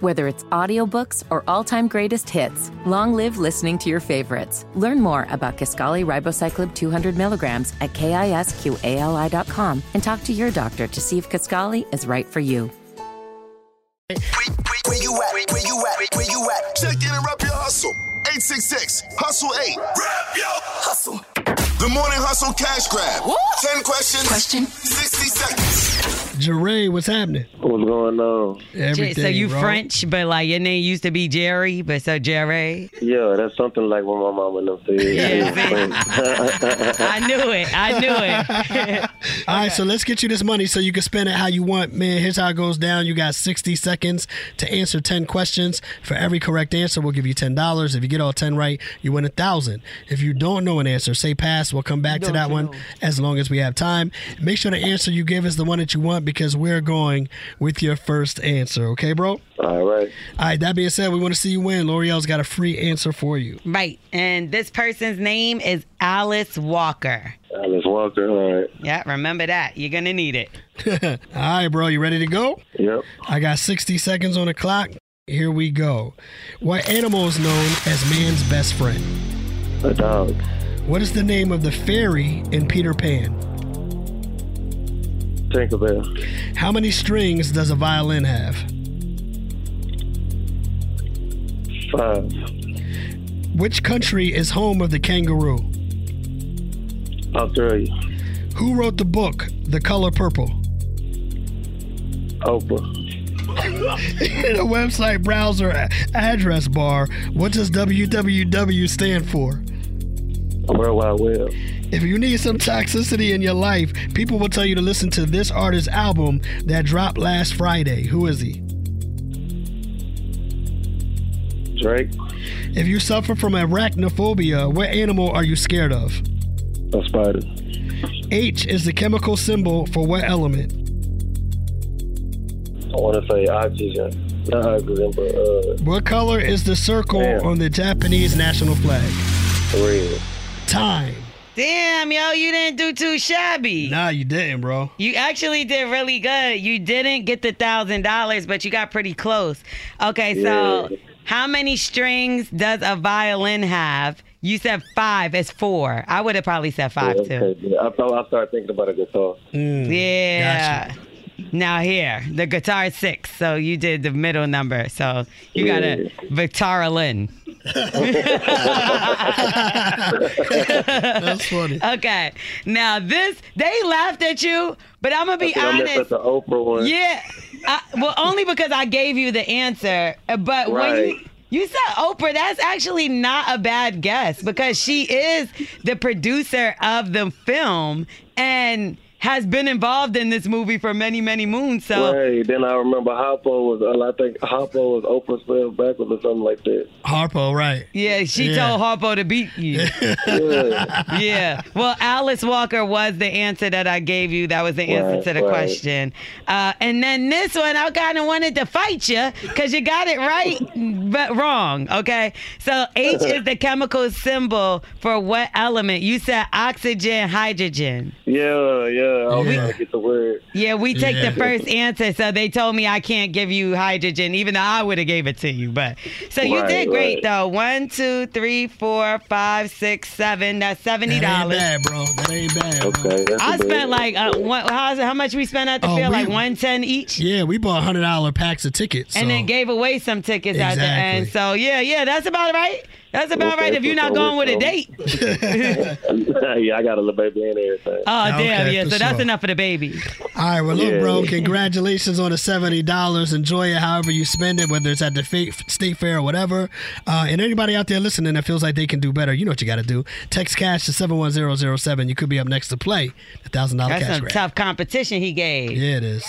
Whether it's audiobooks or all-time greatest hits, long live listening to your favorites. Learn more about Kaskali Ribocyclib 200 milligrams at kisqali.com and talk to your doctor to see if Kaskali is right for you. Where, where- where you at? Where you at? Where you at? Check in and rep your hustle. 866 Hustle 8. Rep your hustle. The morning hustle cash grab. 10 questions. Question. 60 seconds. Jeray, what's happening? What's going on? Everything. so you bro. French, but like your name used to be Jerry, but so Jerry. Yeah, that's something like what my mama and them said. Yeah, Yeah. I knew it. I knew it. All right, so let's get you this money so you can spend it how you want. Man, here's how it goes down. You got 60 seconds to answer 10 questions. For every correct answer, we'll give you $10. If you get all 10 right, you win a 1000 If you don't know an answer, say pass. We'll come back to that one as long as we have time. Make sure the answer you give is the one that you want because we're going with your first answer. Okay, bro? All All right. right, that being said, we want to see you win. L'Oreal's got a free answer for you. right. And this person's name is Alice Walker. Alice Walker. All right. Yeah, remember that. You're going to need it. all right, bro, you ready to go? Yep. I got 60 seconds on the clock. Here we go. What animal is known as man's best friend? A dog. What is the name of the fairy in Peter Pan? Tinkerbell. How many strings does a violin have? Five. Which country is home of the kangaroo? Australia. Who wrote the book The Color Purple? Oprah. In a website browser a- address bar, what does www stand for? World Wide Web. If you need some toxicity in your life, people will tell you to listen to this artist's album that dropped last Friday. Who is he? Drake. If you suffer from arachnophobia, what animal are you scared of? A spider. H is the chemical symbol for what element? I want to say oxygen. Not oxygen, but uh, What color is the circle Damn. on the Japanese national flag? red. Time. Damn, yo, you didn't do too shabby. Nah, you didn't, bro. You actually did really good. You didn't get the thousand dollars, but you got pretty close. Okay, so Yeah. how many strings does a violin have? You said five. It's four. I would have probably said five Yeah, too. okay. yeah. I thought I started thinking about a guitar. Yeah. Now here, the guitar is six, so you did the middle number. So you got a Victoria Lynn. That's funny. Okay. Now this, they laughed at you, but I'm gonna I be think I messed up honest. the Oprah one. Yeah. I, well, only because I gave you the answer. uh, But when Right. you you said Oprah, that's actually not a bad guess because she is the producer of the film and has been involved in this movie for many, many moons. So Right. Then I remember Hoppo was, uh, I think Hoppo was Oprah spelled backwards or something like that. Harpo, right. yeah, she Yeah. told Harpo to beat you. Yeah. yeah. Well, Alice Walker was the answer that I gave you. That was the answer Right, to the right. question. Uh, and then this one, I kind of wanted to fight you because you got it right, but wrong. Okay. So H is the chemical symbol for what element? You said oxygen, hydrogen. yeah, yeah. I was Yeah. trying to get the word. Yeah, we take Yeah. the first answer. So they told me I can't give you hydrogen, even though I would have gave it to you. But so you Right, did great right. though. One, two, three, four, five, six, seven. That's seventy That ain't dollars. bad, bro. That ain't bad. Bro. Okay. that's I a bit. spent like uh, what, how's, how much we spent at the Oh, field? we- like one ten each, Yeah, we bought hundred dollar packs of tickets. and so- then gave away some tickets at the end. Exactly. So yeah, yeah, that's about right. That's about Okay, right. If you're so not going with a we're- date, oh yeah, I got a little baby and everything. Oh, damn, okay, yeah. for So that's sure. enough for the baby. All right, well, look, Yeah. bro, congratulations on the $70. Enjoy it however you spend it, whether it's at the fa- state fair or whatever. Uh, and anybody out there listening that feels like they can do better, you know what you got to do. Text cash to 71007. You could be up next to play the $1,000 That's cash some grab. tough competition he gave. Yeah, it is.